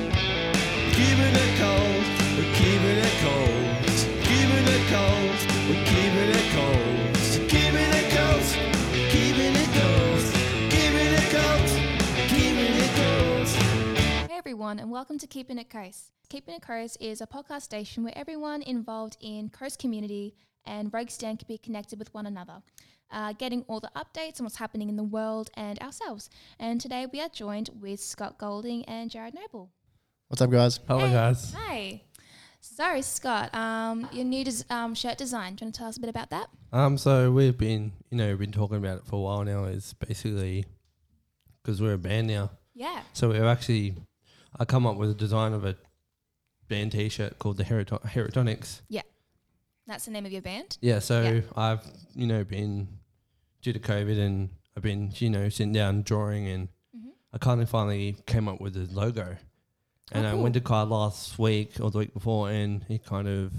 Keeping it cold, we're keeping it cold. Keeping it cold, we're keeping it cold. Keeping it cold, keeping it cold. Keeping it cold, keeping it cold. Hey everyone, and welcome to Keeping It Coast. Keeping It Coast is a podcast station where everyone involved in Coast community and Roguestown can be connected with one another, uh, getting all the updates on what's happening in the world and ourselves. And today we are joined with Scott Golding and Jared Noble. What's up, guys? Hello, guys. Hi. So Scott, um, your new des- um, shirt design. Do you want to tell us a bit about that? Um, so we've been, you know, been talking about it for a while now. Is basically because we're a band now, Yeah. so we've actually I come up with a design of a band T-shirt called the Heroto- Herotonics. That's the name of your band. Yeah, so Yeah. I've, you know, been due to COVID and I've been, you know, sitting down drawing and Mhm. I kind of finally came up with the logo. And Oh, I cool. went to Kai last week or the week before and he kind of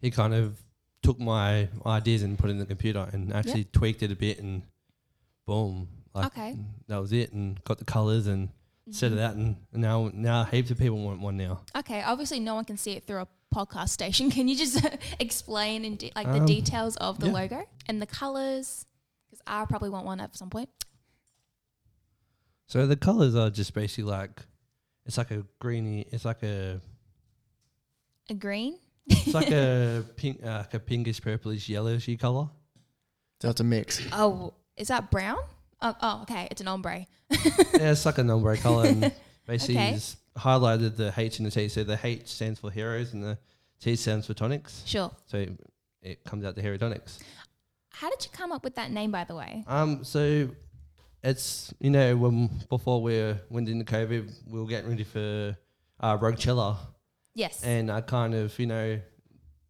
he kind of took my ideas and put it in the computer and actually tweaked it a bit and boom. Like Okay. that was it and got the colours and set Mm-hmm. it out and now now heaps of people want one now. Okay. Obviously, no one can see it through a podcast station. Can you just explain in de- like the Um, details of the yeah. logo and the colors? Because I probably want one at some point. So the colors are just basically like it's like a greeny, it's like a A green. it's like a pink, uh, like a pinkish purplish yellowishy color. So it's a mix. Oh, is that brown? Oh, oh okay. It's an ombre. yeah, it's like an ombre color, and basically Okay. it's highlighted the H and the T. So the H stands for heroes, and the T stands for tonics. Sure. So it, it comes out the herotonics. How did you come up with that name, by the way? Um, so it's you know when before we went into COVID, we were getting ready for uh, Roguechella. Yes. and I kind of, you know,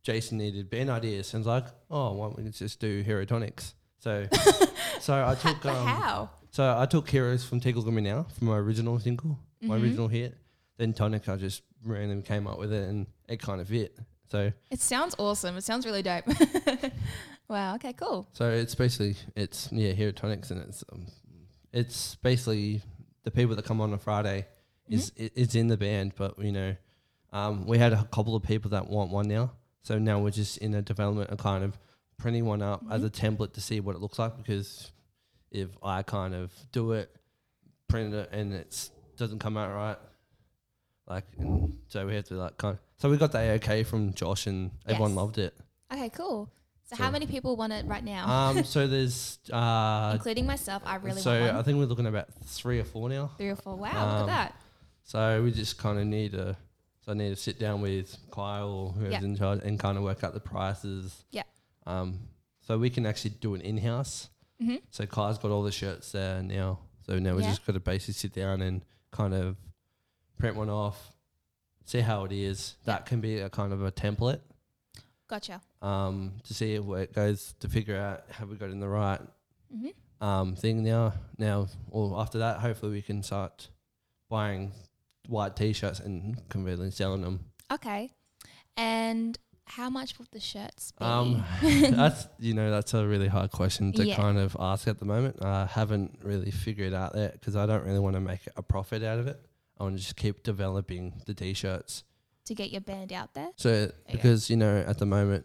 Jason needed band ideas, and I was like, oh, why don't we just do Herotonics? So, so I took, but um, how? so I took Heroes from Tickle Me Now from my original single, my Mhm. original hit. Then Tonic, I just randomly came up with it, and it kind of fit. So, It sounds awesome. It sounds really dope. wow. Okay. Cool. so it's basically it's yeah Herotonics, and it's um, it's basically the people that come on a Friday is i it's in the band, but you know, um, we had a couple of people that want one now, so now we're just in a development of kind of printing one up as a template to see what it looks like because if I kind of do it, print it, and it doesn't come out right. Like and so, we have to like kind. Of, so we got the okay from Josh, and everyone Yes. loved it. Okay. Cool. So, how So- many people want it right now? Um, so there's uh, Including myself. I really so want I one. think we're looking at about three or four now. Three or four. Wow. look at um, that. So we just kind of need to. So I need to sit down with Kyle or whoever's Yeah. in charge and kind of work out the prices. Yeah. Um, so we can actually do an in-house. Mhm. So Kyle's got all the shirts there now. So now we Yeah. just got to basically sit down and kind of print one off, see how it is. That can be a kind of a template Gotcha. um, to see where it goes to figure out have we got in the right hmm um, thing now. Now, or after that, hopefully we can start buying white t-shirts and conveniently selling them. Okay. And how much would the shirts be? Um, that's you know that's a really hard question to Yeah. kind of ask at the moment. I haven't really figured out that because I don't really want to make a profit out of it. I want to just keep developing the t-shirts. to get your band out there. So Yeah. because you know at the moment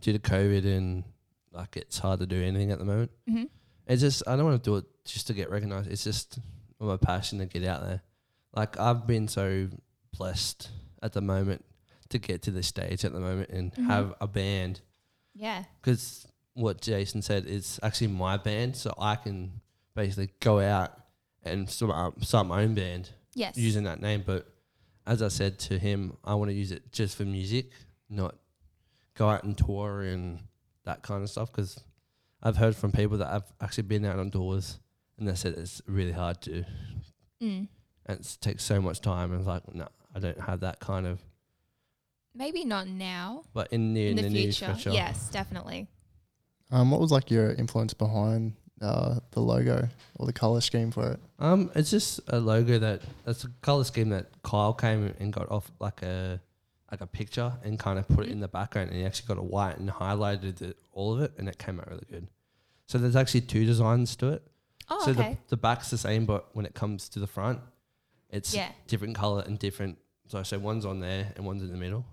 due to COVID and like it's hard to do anything at the moment. Mm-hmm. hmm It's just I don't want to do it just to get recognized. It's just my passion to get out there. Like I've been so blessed at the moment to get to this stage at the moment and Mhm. have a band Yeah. because what Jason said is actually my band, so I can basically go out and start up- start my own band Yes. using that name. But as I said to him, I want to use it just for music, not go out and tour and that kind of stuff. Because I've heard from people that have actually been out on tours and they said it's really hard to, Mm. and it takes so much time. And it's like, no, I don't have that kind of. Maybe not now. But in the, In, in the, the, near future. future, Yes, definitely. Um, what was like your influence behind uh, the logo or the color scheme for it? Um, it's just a logo that that's a color scheme that Kyle came and got off like a like a picture and kind of put it in the background, and he actually got a white and highlighted it, all of it, and it came out really good. So there's actually two designs to it. Oh, so okay. the, the back's the same, but when it comes to the front, it's Yeah. different color and different. So so one's on there and one's in the middle.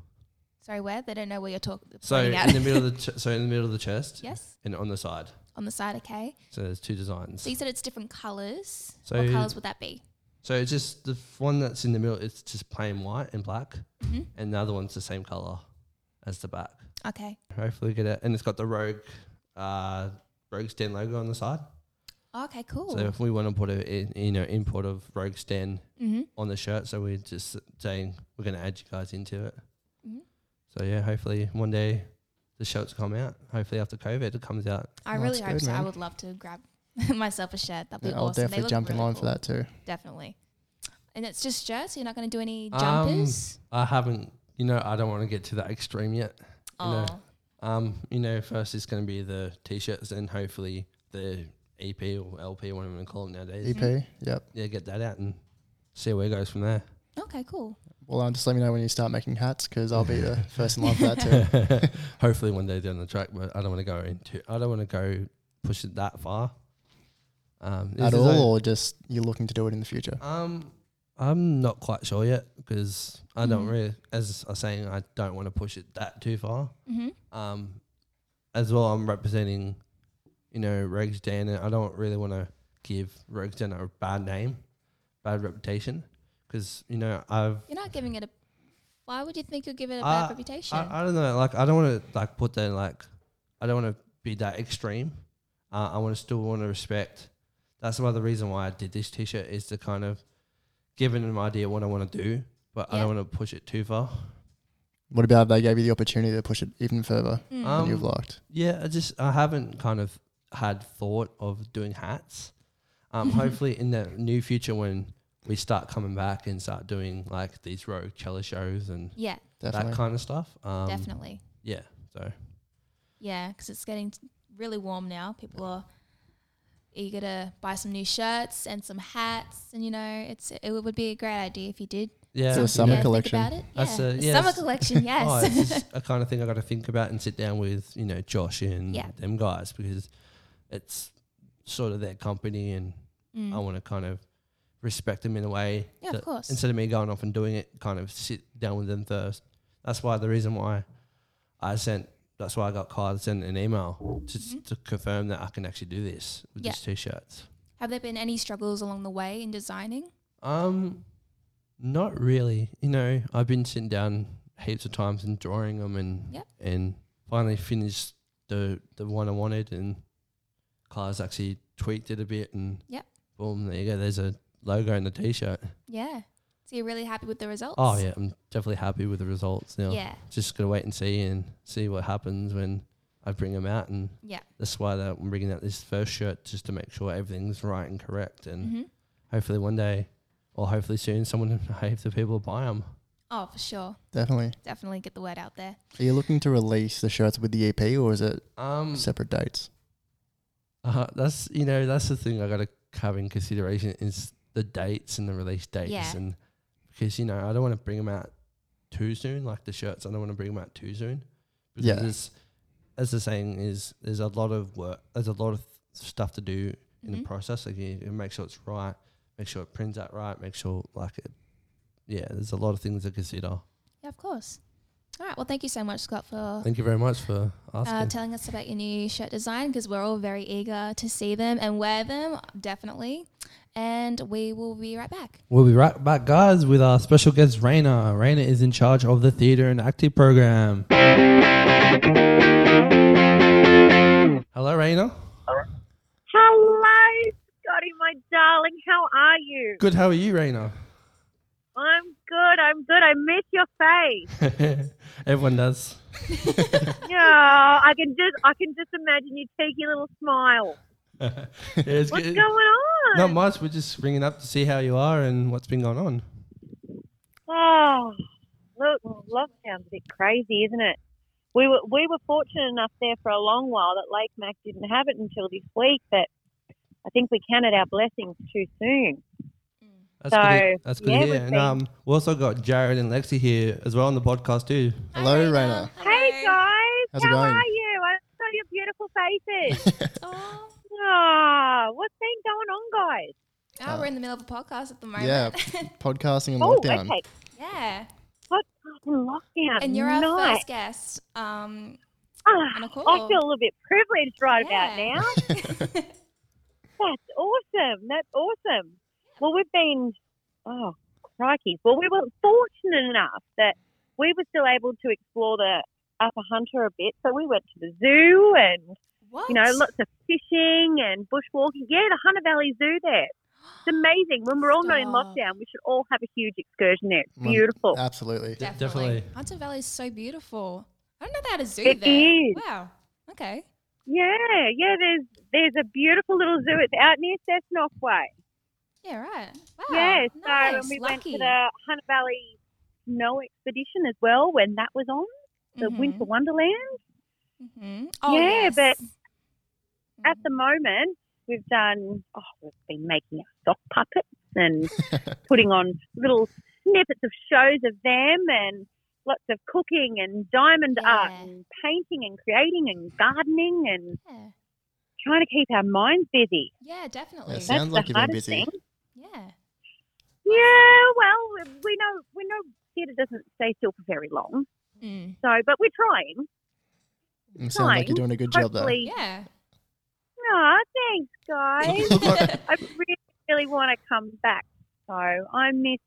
Sorry, where? They don't know where you're talking. So out. in the middle of the ch- so in the middle of the chest yes, and on the side. on the side. Okay. So there's two designs. So you said it's different colors. So- what colors would that be? So it's just the f- one that's in the middle. It's just plain white and black, Mhm. and the other one's the same color as the back. Okay. Hopefully, get it. And it's got the rogue, uh, rogue stand logo on the side. Okay. Cool. So if we want to put a in, you know import of rogue stand mm-hmm. on the shirt, so we're just saying we're going to add you guys into it. Mhm. So yeah, hopefully one day the shirts come out. Hopefully after COVID, it comes out. I Well, really that's hope good, so. I man. would love to grab myself a shirt. That'd be Yeah, awesome. I'll They definitely look jump in really line for cool. that too. Definitely. And it's just shirts. You're not going to do any Um, jumpers. I haven't. You know, I don't want to get to that extreme yet. you know, oh, Um, you know, first it's going to be the t-shirts and hopefully the EP or LP, whatever you want to call it nowadays. EP, E yep. Yeah, get that out and see where it goes from there. okay, cool. Well, um, just let me know when you start making hats because I'll be the first in line for that too. hopefully one day down the track, but I don't want to go into. I don't want to go push it that far. Um, this At is all, a- or just you're looking to do it in the future? um, I'm not quite sure yet because I don't Mm. Mhm. really, as I was saying, I don't want to push it that too far. Mm-hmm. um, as well, I'm representing, you know, Regsdan, and I don't really want to give Regsdan a bad name, bad reputation, because you know I've You're not giving it a. Why would you think you'll give it a Uh, bad reputation? I, I don't know, like I don't want to like put that like I don't want to be that extreme. Uh, I want to still want to respect. That's another reason why I did this T-shirt is to kind of give an idea what I want to do, but I Yeah. don't want to push it too far. What about if they gave you the opportunity to push it even further Mm. than Um, you've liked? Yeah, I just I haven't kind of had thought of doing hats. Um, Mm-hmm. hopefully in the new future when we start coming back and start doing like these rogue cello shows and yeah, Definitely. that kind of stuff. Um, definitely. Yeah. So Yeah, because it's getting t- really warm now. People are eager to buy some new shirts and some hats, and you know, it's it would be a great idea if you did. yeah, So you summer know, yeah, think collection. about it. That's yeah. a- yeah, summer that's- collection. Yes. Oh, it's just a kind of thing I got to think about and sit down with you know Josh and Yeah. them guys because it's sort of their company and Mm. I want to kind of respect them in a way yeah, that of course. instead of me going off and doing it, kind of sit down with them first. That's why the reason why I sent. That's why I got Kyle to send an email to, to confirm that I can actually do this with Mm-hmm. Yeah. these t-shirts. Have there been any struggles along the way in designing? Um, not really. You know, I've been sitting down heaps of times and drawing them, and Yep. and finally finished the the one I wanted, and Kyle's actually tweaked it a bit, and Yep. boom, there you go. There's a logo in the t-shirt. Yeah. So you're really happy with the results? Oh yeah, I'm definitely happy with the results now. Yeah. just gonna wait and see and see what happens when I bring them out, and Yeah. that's why that I'm bringing out this first shirt just to make sure everything's right and correct, and hmm hopefully one day, or hopefully soon, someone I hope the people buy them. Oh, for sure. Definitely. Definitely get the word out there. Are you looking to release the shirts with the EP, or is it Um, separate dates? uh, that's you know that's the thing I gotta have in consideration is the dates and the release dates, Yeah. and because you know I don't want to bring them out too soon, like the shirts. I don't want to bring them out too soon because Yeah. it's, as the saying is, there's a lot of work, there's a lot of stuff to do in the Mhm. process. Like you, you make sure it's right, make sure it prints out right, make sure like it. Yeah, there's a lot of things to consider. Yeah, of course. All right. Well, thank you so much, Scott, for Thank you very much for uh, asking. telling us about your new shirt design because we're all very eager to see them and wear them, definitely. And we will be right back. We'll be right back, guys, with our special guest, Raina. Raina is in charge of the theatre and acting program. Hello, Raina. Hello, Scotty, my darling. How are you? Good. How are you, Raina? I'm good. I'm good. I miss your face. Everyone does. Yeah, I can just I can just imagine your cheeky little smile. Yeah, it's What's good. going on? Not much. We're just ringing up to see how you are and what's been going on. Oh, look, lockdown's a bit crazy, isn't it? We were we were fortunate enough there for a long while that Lake Mac didn't have it until this week, but think we counted our blessings too soon. That's good. to- So, That's good yeah, to we've hear. And been- um, we also got Jared and Lexi here as well on the podcast too. Hello, Raina. Hey guys, How's it how going? are you? I saw your beautiful faces. Oh, Ah, what's been going on, guys? oh, we're in the middle of a podcast at the moment. Yeah, podcasting and Oh, lockdown. okay. yeah. What fucking lockdown? And you're our nice. first guest. Um, Ah, on a I call. feel a little bit privileged right about Yeah. now. That's awesome. That's awesome. Well, we've been, oh, crikey. Well, we were fortunate enough that we were still able to explore the Upper Hunter a bit. So we went to the zoo and, what? you know, lots of fishing and bushwalking. Yeah, the Hunter Valley Zoo there. It's amazing. When we're all not in Stop. lockdown, we should all have a huge excursion there. It's Mm, beautiful. Absolutely. Yeah. Definitely. Definitely. Hunter Valley is so beautiful. I don't know they had a zoo It there. is. Wow. Okay. Yeah, yeah, there's there's a beautiful little zoo. It's out near Cessnock Way. Yeah, right. Wow. Yeah, so Oh, nice. and we went Lucky. to the Hunter Valley Snow Expedition as well when that was on the Mhm, Winter Wonderland. mhm. Oh, Yeah, yes. but At the moment, we've done. Oh, we've been making our sock puppets and putting on little snippets of shows of them and lots of cooking and diamond art Yeah. and painting and creating and gardening and yeah. trying to keep our minds busy. yeah, definitely. Yes. Sounds That's like the you've been hardest busy. thing. Yeah. Yeah, well, we know we know theatre doesn't stay still for very long. Mm. So, but we're trying. You sound like you're Fine. doing a good job there. Hopefully, Yeah. Aw, Ah, thanks, guys. I really, really want to come back. So I miss,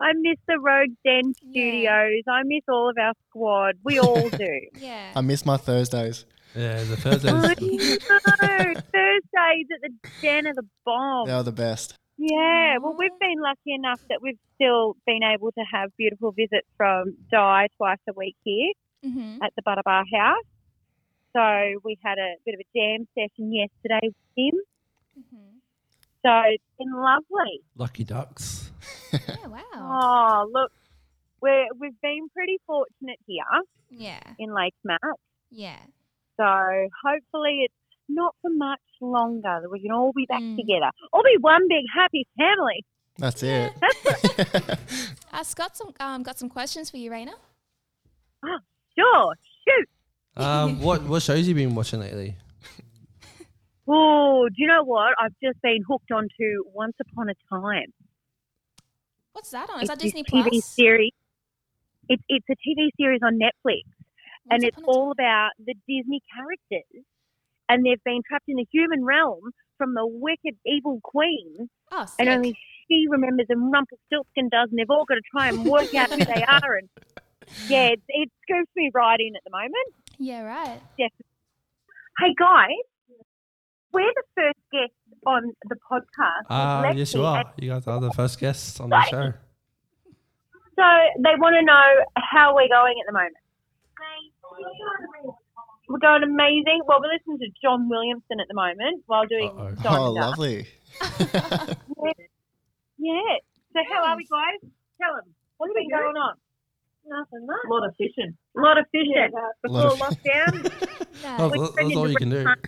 I miss the Rogue Den Yeah. Studios. I miss all of our squad. We all do. Yeah. I miss my Thursdays. Yeah, the I Thursdays. know. Thursdays at the Den of the Bomb. They Yeah. were the best. Well, Aw. we've been lucky enough that we've still been able to have beautiful visits from Di twice a week here. mm-hmm. at the Butter Bar House. So we had a bit of a jam session yesterday with him. Mm-hmm. So it's been lovely. Lucky ducks. Yeah, wow. Oh, look, we're, we've been pretty fortunate here Yeah. in Lake Mount. Yeah. So hopefully it's not for much longer that we can all be back Mm. together. All be one big happy family. That's it. Uh, Scott some, um, got some questions for you, Raina. Sure, shoot. Um, what what shows you been watching lately? Oh, do you know what? I've just been hooked onto Once Upon a Time. What's that on? Oh, Is that It's this Disney TV Plus? series. It's it's a TV series on Netflix, Once and it's upon a all about the Disney characters, and they've been trapped in the human realm from the wicked evil queen, Oh, sick. and only she remembers and Rumpelstiltskin does, and they've all got to try and work out who they are. And yeah, it, it scoops me right in at the moment. yeah, right. Hey guys, we're the first guests on the podcast. Ah, Lexi yes, you and are. You guys are the first guests on the show. So they want to know how we're going at the moment. We're going amazing. Well, we're listening to John Williamson at the moment while doing Uh-oh. John. oh, lovely. Yeah. So how are we, Nice. guys? Tell them what's been going on. Nothing much. A lot of fishing. A lot of fishing before Lot of- lockdown. Yeah. Oh, Which that's bring in all the you can do. restaurant.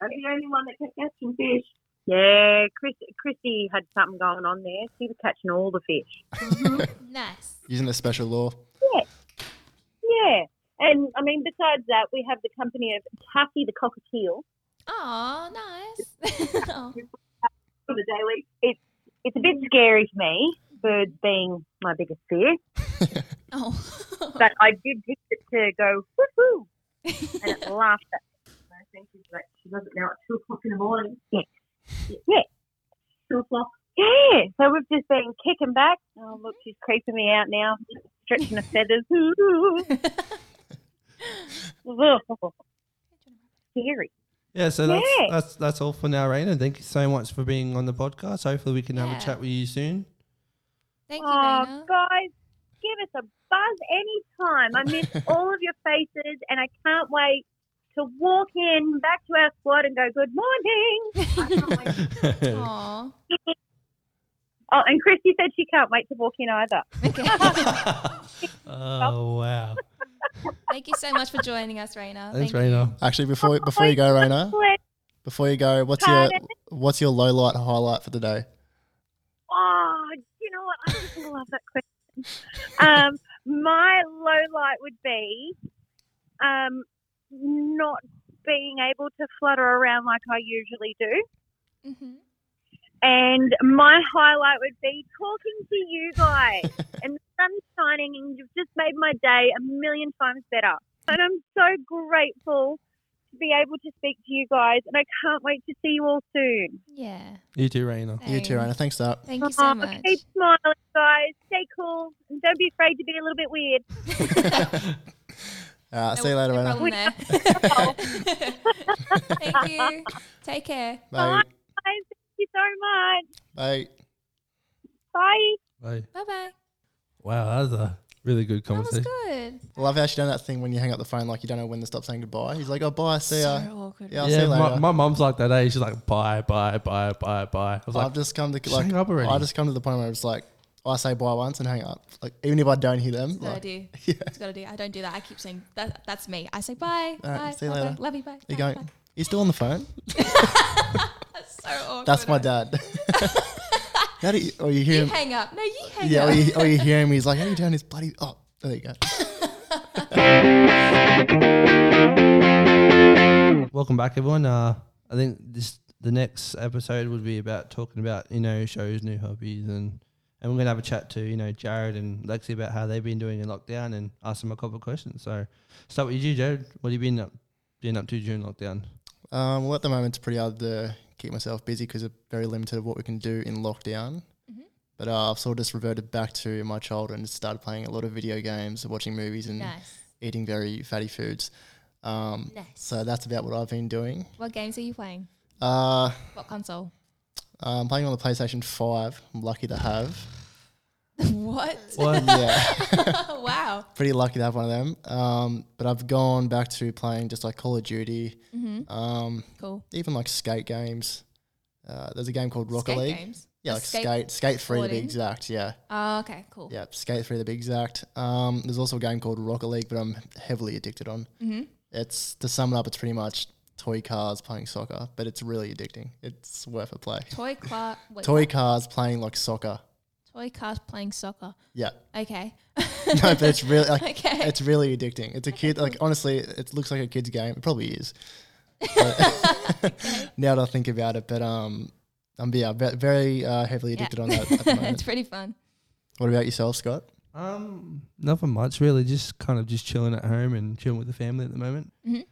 I'm the only one that can catch some fish. yeah, Chris, Chrissy had something going on there. She was catching all the fish. nice. Using the special law. Yeah. And I mean, besides that, we have the company of Taffy the cockatiel. Oh, nice. oh, For the daily. It's a bit scary for me, birds being my biggest fear. oh. But I did pick it to go woohoo, and it laughed at. No, thank you for that. She does it now at 2 o'clock in the morning. Yeah. Yeah. Yeah. 2 o'clock. Yeah, so we've just been kicking back. Oh look, she's creeping me out now, stretching her feathers. scary. Yeah, so that's, Yeah. that's that's all for now, Raina. Thank you so much for being on the podcast. Hopefully, we can have Yeah. a chat with you soon. Thank you, Oh Raina. guys, give us a buzz anytime. I miss all of your faces, and I can't wait to walk in back to our squad and go good morning. Aw. Oh, and Christy said she can't wait to walk in either. Okay. oh wow! Thank you so much for joining us, Raina. Thanks, Thank you. Raina. Actually, before before you go, Raina, Let's before you go, what's your Pardon? what's your low light highlight for the day? Oh, you know what? I just love that question. Um, my low light would be um, not being able to flutter around like I usually do. Mm-hmm. And my highlight would be talking to you guys. and the sun's shining, and you've just made my day a million times better. And I'm so grateful to be able to speak to you guys. And I can't wait to see you all soon. Yeah. You too, Raina. You too, same. Raina. Thanks, that. Thank you so Aw, much. Oh, Keep smiling, guys. Stay cool. And don't be afraid to be a little bit weird. All right, No- see you later, no Raina. problem there. Thank you. Take care. Bye. Guys, thank you so much. Bye. Bye. Bye. Bye bye. Wow, that was a really good That was conversation. good. I love how she done that thing when you hang up the phone, like you don't know when to stop saying goodbye. He's like, oh, bye, see ya. So awkward. Yeah, I'll see Yeah, you my, later. my mom's like that. Eh? She's like, bye, bye, bye, bye, bye. I was like, I've just come to just like, hang up already. I just come to the point where it's like, I say bye once and hang up. Like even if I don't hear them, That's what I like, do. yeah. That's what I do. I don't do that. I keep saying that. That's me. I say bye. All right, bye. see you bye, bye, later. Love you. Bye. bye, you going? bye. You still on the phone? That's so awkward. That's my dad. how do you, or you hear You him? hang up. No, you hang Yeah, up. or you, or you hear him? He's like, how do you turn this bloody? Oh, there you go. Welcome back, everyone. Uh, I think this the next episode would be about talking about you know shows, new hobbies, and and we're gonna have a chat to you know Jared and Lexi about how they've been doing in lockdown and ask them a couple of questions. So start with you, Jared. What have you been up been up to during lockdown? Um, well, at the moment, it's pretty hard to keep myself busy because of very limited of what we can do in lockdown. Mhm. But uh, I've sort of just reverted back to my childhood and started playing a lot of video games, watching movies, and Nice. eating very fatty foods. Um, Nice. So that's about what I've been doing. What games are you playing? Uh, What console? I'm playing on the PlayStation 5. I'm lucky to have. what? Well, Yeah, wow. pretty lucky to have one of them. Um, but I've gone back to playing just like Call of Duty, Mm-hmm. um, Cool. even like skate games. Uh, there's a game called Rocket Skate League. games. Yeah, Uh, like skate, skate, free to be skateboarding. exact. Yeah, Oh, okay. Cool. yeah, skate free to be exact. Um, there's also a game called Rocket League, but I'm heavily addicted on. Mm-hmm. It's to sum it up, it's pretty much toy cars playing soccer, but it's really addicting. It's worth a play. Toy car. Wait, Toy cars playing like soccer. Toy cars playing soccer. Yeah, Okay. no, but it's really like Okay. it's really addicting. It's a kid like honestly, it looks like a kid's game. It probably is. But now that I think about it, but um, I'm yeah, ve- very uh, heavily addicted on that at the it's moment. pretty fun. what about yourself, Scott? um, nothing much really. Just kind of just chilling at home and chilling with the family at the moment. Mhm.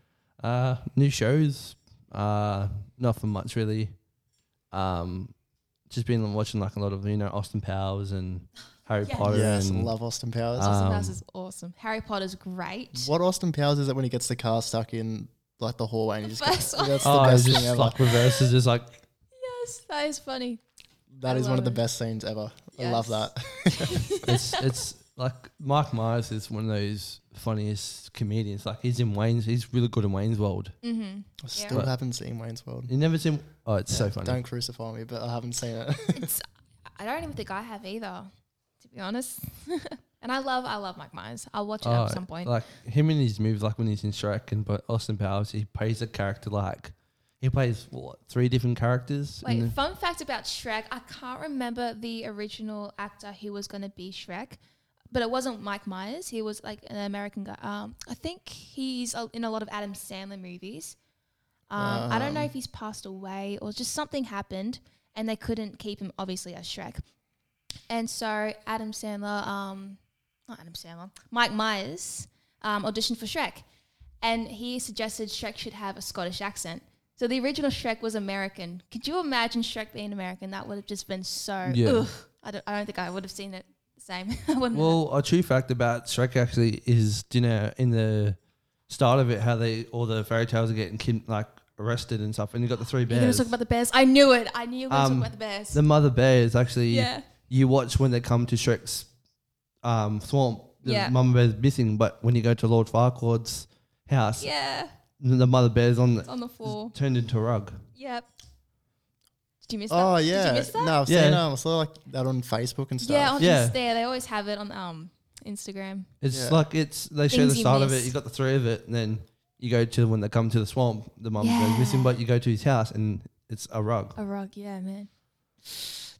Uh, new shows. Uh, nothing much really. Um, just been watching like a lot of you know Austin Powers and Harry Yes. Potter. Yes, and love Austin Powers. Uh, Austin Um, Powers is awesome. Harry Potter's great. what Austin Powers is it when he gets the car stuck in like the hallway and he The just goes, first one. that's oh, the best just thing ever. like reverses, just like Yes, that is funny. That I is one of love the it. best scenes ever. I love Yes. that. it's it's like Mike Myers is one of those funniest comedians. Like he's in Wayne's, he's really good in Wayne's World. Mm-hmm. I Still haven't seen Wayne's World. You never seen? Oh, it's so funny. Don't crucify me, but I haven't seen it. It's. I don't even think I have either, to be honest. and I love, I love Mike Myers. I'll watch it Oh, at some point. Like him in his movies, like when he's in Shrek and but Austin Powers, he plays a character like he plays what three different characters. in Wait, the- fun fact about Shrek. I can't remember the original actor who was going to be Shrek, but it wasn't Mike Myers. He was like an American guy. Um, I think he's a- in a lot of Adam Sandler movies. Um, I don't know if he's passed away or just something happened and they couldn't keep him, obviously, as Shrek. And so Adam Sandler, um, not Adam Sandler, Mike Myers um, auditioned for Shrek. And he suggested Shrek should have a Scottish accent. So the original Shrek was American. Could you imagine Shrek being American? That would have just been so. Yeah. Ugh, I, don't, I don't think I would have seen it the same. I wouldn't have- well, a true fact about Shrek actually is you know in the start of it how they all the fairy tales are getting kid, like arrested and stuff, and you got the three You're going to bears. talk about the bears? I knew it. I knew you were going to Um, talk about the bears. The mother bear is actually Yeah. you watch when they come to Shrek's um, swamp. The Yeah. mama bear's missing, but when you go to Lord Farquaad's house, yeah. the mother bear's on the, On the floor. turned into a rug. Yep. Did you miss that? oh Did you yeah, miss that? no, I've Yeah. seen um, I saw like that on Facebook and stuff. Yeah, on Yeah. Insta, they always have it on um Instagram. It's Yeah. like it's they show Things the you start of it. missed. You got the three of it, and then you go to when they come to the swamp, the mama Yeah. bear's missing, but you go to his house and It's a rug. A rug, yeah, man.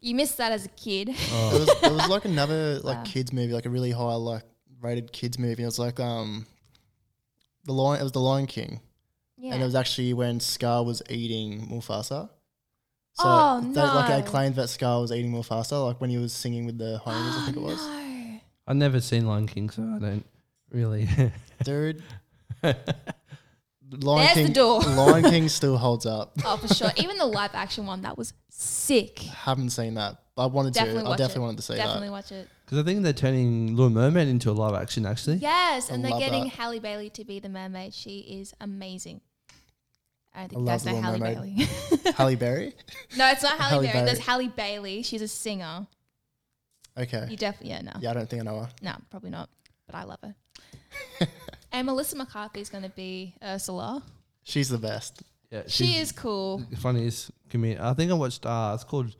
You missed that as a kid. Oh. There was, there was like another like Wow. kids movie, like a really high like rated kids movie. It was like um, the lion. It was the Lion King, yeah. and it was actually when Scar was eating Mufasa. So Oh, they, Like I no. claimed that Scar was eating Mufasa, like when he was singing with the hyenas. I think it was. Oh, No. I've never seen Lion King, so I don't really. Dude, Lion There's the King. door. Lion King still holds up. Oh, for sure. Even the live action one, that was sick. Haven't seen that. but I wanted Definitely to. watch I definitely it. wanted to see Definitely that. watch it. Because I think they're turning Little Mermaid into a live action, actually. Yes, and they're love getting that. Halle Bailey to be the mermaid. She is amazing. I don't think love that's no Little Halle Mermaid. Bailey. Halle Berry. no, it's not Halle, Halle Berry. There's Berry. Halle Bailey. She's a singer. You Okay. definitely, yeah, no. Yeah, I don't think I know her. No, probably not, but I love her. and Melissa McCarthy is going to be Ursula. She's the best. Yeah, She is cool. funniest comedian. I think I watched. Uh, it's called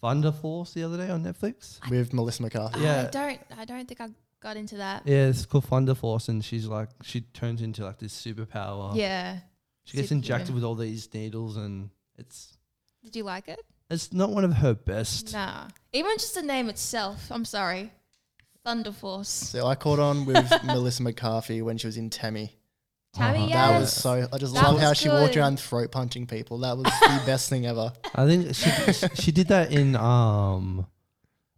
Thunder Force the other day on Netflix. With Melissa McCarthy. I Yeah. don't, I don't think I got into that. Yeah, it's called Thunder Force, and she's like, she turns into like this superpower. Yeah. she gets superhuman. injected with all these needles, and it's Did you like it? it's not one of her best. Nah. Even just the name itself. I'm sorry. Thunder Force. So I caught on with Melissa McCarthy when she was in Tammy. Tammy, Uh-huh. yes. That was so. I just That love was how she walked good. around throat punching people. That was the best thing ever. I think she she did that in um,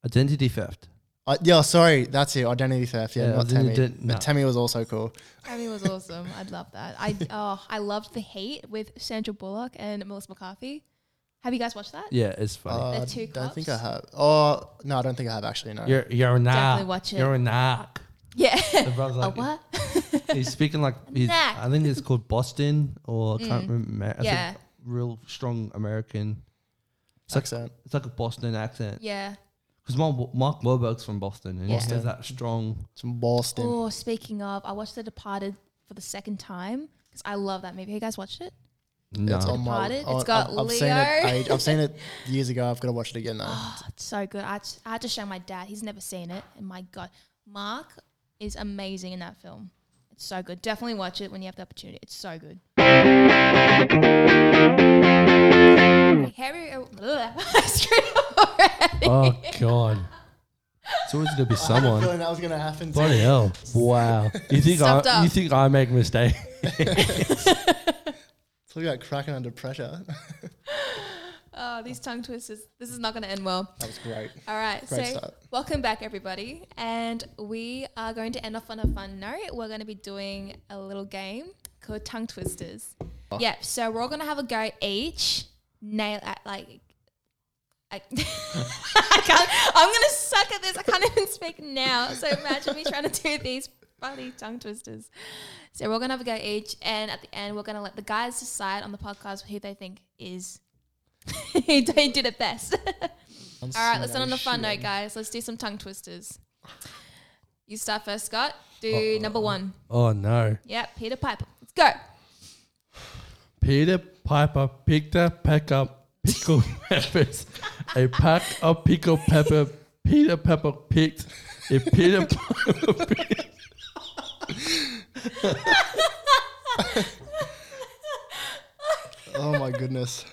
Identity Theft. I, yeah, sorry, that's it. Identity theft. Yeah, Yeah, not then Tammy. you did- no. But Tammy was also cool. Tammy was awesome. I'd love that. I oh, I loved the Heat with Sandra Bullock and Melissa McCarthy. Have you guys watched that? Yeah, it's funny. Uh, The two don't think I cops? have. Oh no, I don't think I have actually. No. you're you're a narc. Definitely watch it. You're a narc. Yeah. The brother's A like, what? He's speaking like he's, Narc. Mm. I think it's called Boston or I can't remember. It's Yeah. a real strong American. It's like, Accent. it's like a Boston accent yeah. because Mark Wahlberg's from Boston and he Yeah. has that strong. It's from Boston. Oh, speaking of, I watched The Departed for the second time because I love that movie. You guys watched it? No, It's on my. Spotted. It's oh, got I've, I've seen it. Leo. age- I've seen it years ago. I've got to watch it again though. Oh, it's so good. I, just, I had to show my dad. He's never seen it. And my God, Mark is amazing in that film. It's so good. Definitely watch it when you have the opportunity. It's so good. Okay, Harry, oh, blah, I screwed up already. oh god, it's always gonna be I someone. feeling that was gonna happen. Bloody hell! Wow, you think Stuffed I you up. think I make mistakes? Talk about cracking under pressure. Oh, these tongue twisters. This is not going to end well. that was great. All right, Great so start. welcome back, everybody. And we are going to end off on a fun note. We're going to be doing a little game called Tongue Twisters. Oh. Yep, so we're all going to have a go each. Nail at like. I, I can't, I'm going to suck at this. I can't even speak now. So imagine me trying to do these funny tongue twisters. So we're going to have a go each. And at the end, we're going to let the guys decide on the podcast who they think is. who they did it best. All right, let's end on a fun note, guys. Let's do some tongue twisters. You start first, Scott. Do number one. Oh no, Yep, Peter Piper. Let's go. Peter Piper picked a pack of pickled peppers. A pack of pickled pepper. Peter Pepper picked. If Peter Piper picked. Oh my goodness.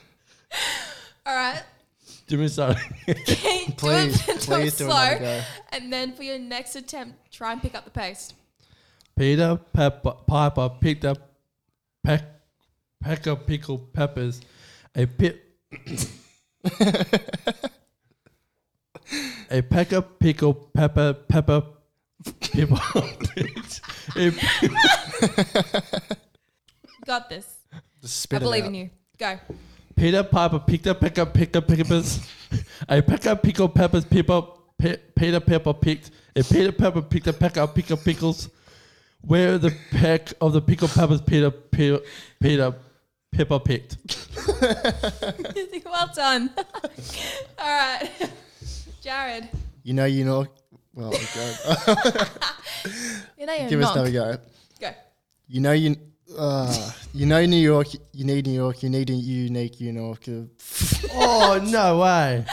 All right. Jimmy, sorry. Okay, Please, do it, please do do it another slow. go. And then for your next attempt, try and pick up the pace. Peter Pepper Piper picked a pack, pack of pickled peppers. A pit. a pack of pickled pepper pepper pepper. a, You Got this. Just I spit believe in you. Go. Peter Piper picked up, pick up, pick up, peppers. I pick up, pickle peppers, pick up, pe- Peter Pepper picked. And Peter Pepper picked up, pick up, pick up pickles. Where the peck of the pickle peppers, Peter, Peter, Peter Pepper picked. well done. All right. Jared. You know, you know. Well, God. You know you're give a us another knock. go. Go. You know, you. Uh, you know New York, you need New York, you need a unique New York. Uh, Oh, no way.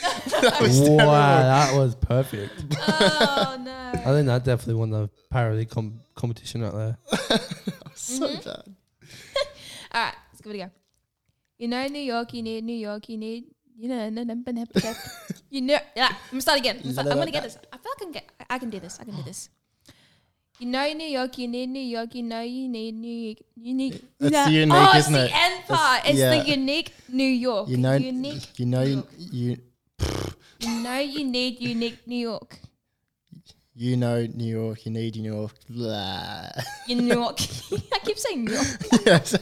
That was wow, terrible. that was perfect. Oh, no. I think that definitely won the parody com- competition out there. Mm-hmm. So bad. All right, let's give it a go. You know, New York, you need New York, you need, you know, no, no, no, no, no. you know, yeah, I'm gonna start again. I'm, start, I'm gonna get this. I feel I can get, I- I can do this. I can do this. You know, New York, you need New York, you know, you need New York, you need. That's Yeah. the unique, oh, isn't it's it? the end part. It's- It's yeah. the unique New York. You know, unique. you know, you, York. you You know, you need unique New York. you know New York. You need New York. Blah. You New York. I keep saying New York. Yes.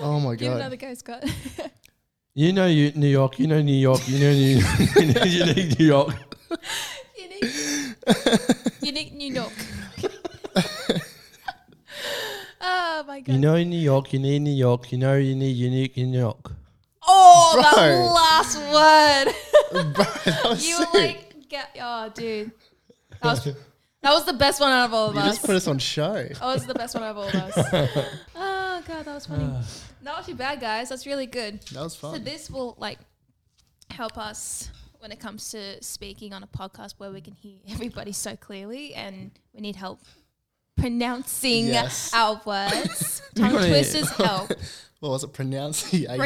oh my Give it god! another go, Scott. You know you, New York. You know New York. You know New, you know you need New York. unique, unique New York. oh my god. You know New York. You need New York. You know you need unique New York. Oh, Bro. that last word. Bro, that was you sick. were like, get, oh, dude. That was, that was the best one out of all of you us. just put That us on show. was the best one out of all of us. oh, God, that was funny. Not too bad, guys. That's really good. That was So fun. this will, like, help us when it comes to speaking on a podcast where we can hear everybody so clearly and we need help pronouncing Yes. our words. Tongue gotta- twisters help. What was it? Pronunciation.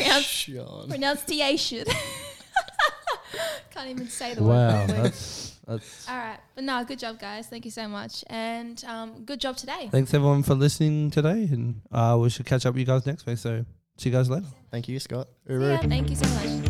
pronunciation. Can't even say the Wow, word. properly. that's that's. All right, but no, good job, guys. Thank you so much, and um, good job today. Thanks everyone for listening today, and uh, we should catch up with you guys next week. So see you guys later. Thank you, Scott. Yeah, thank you so much.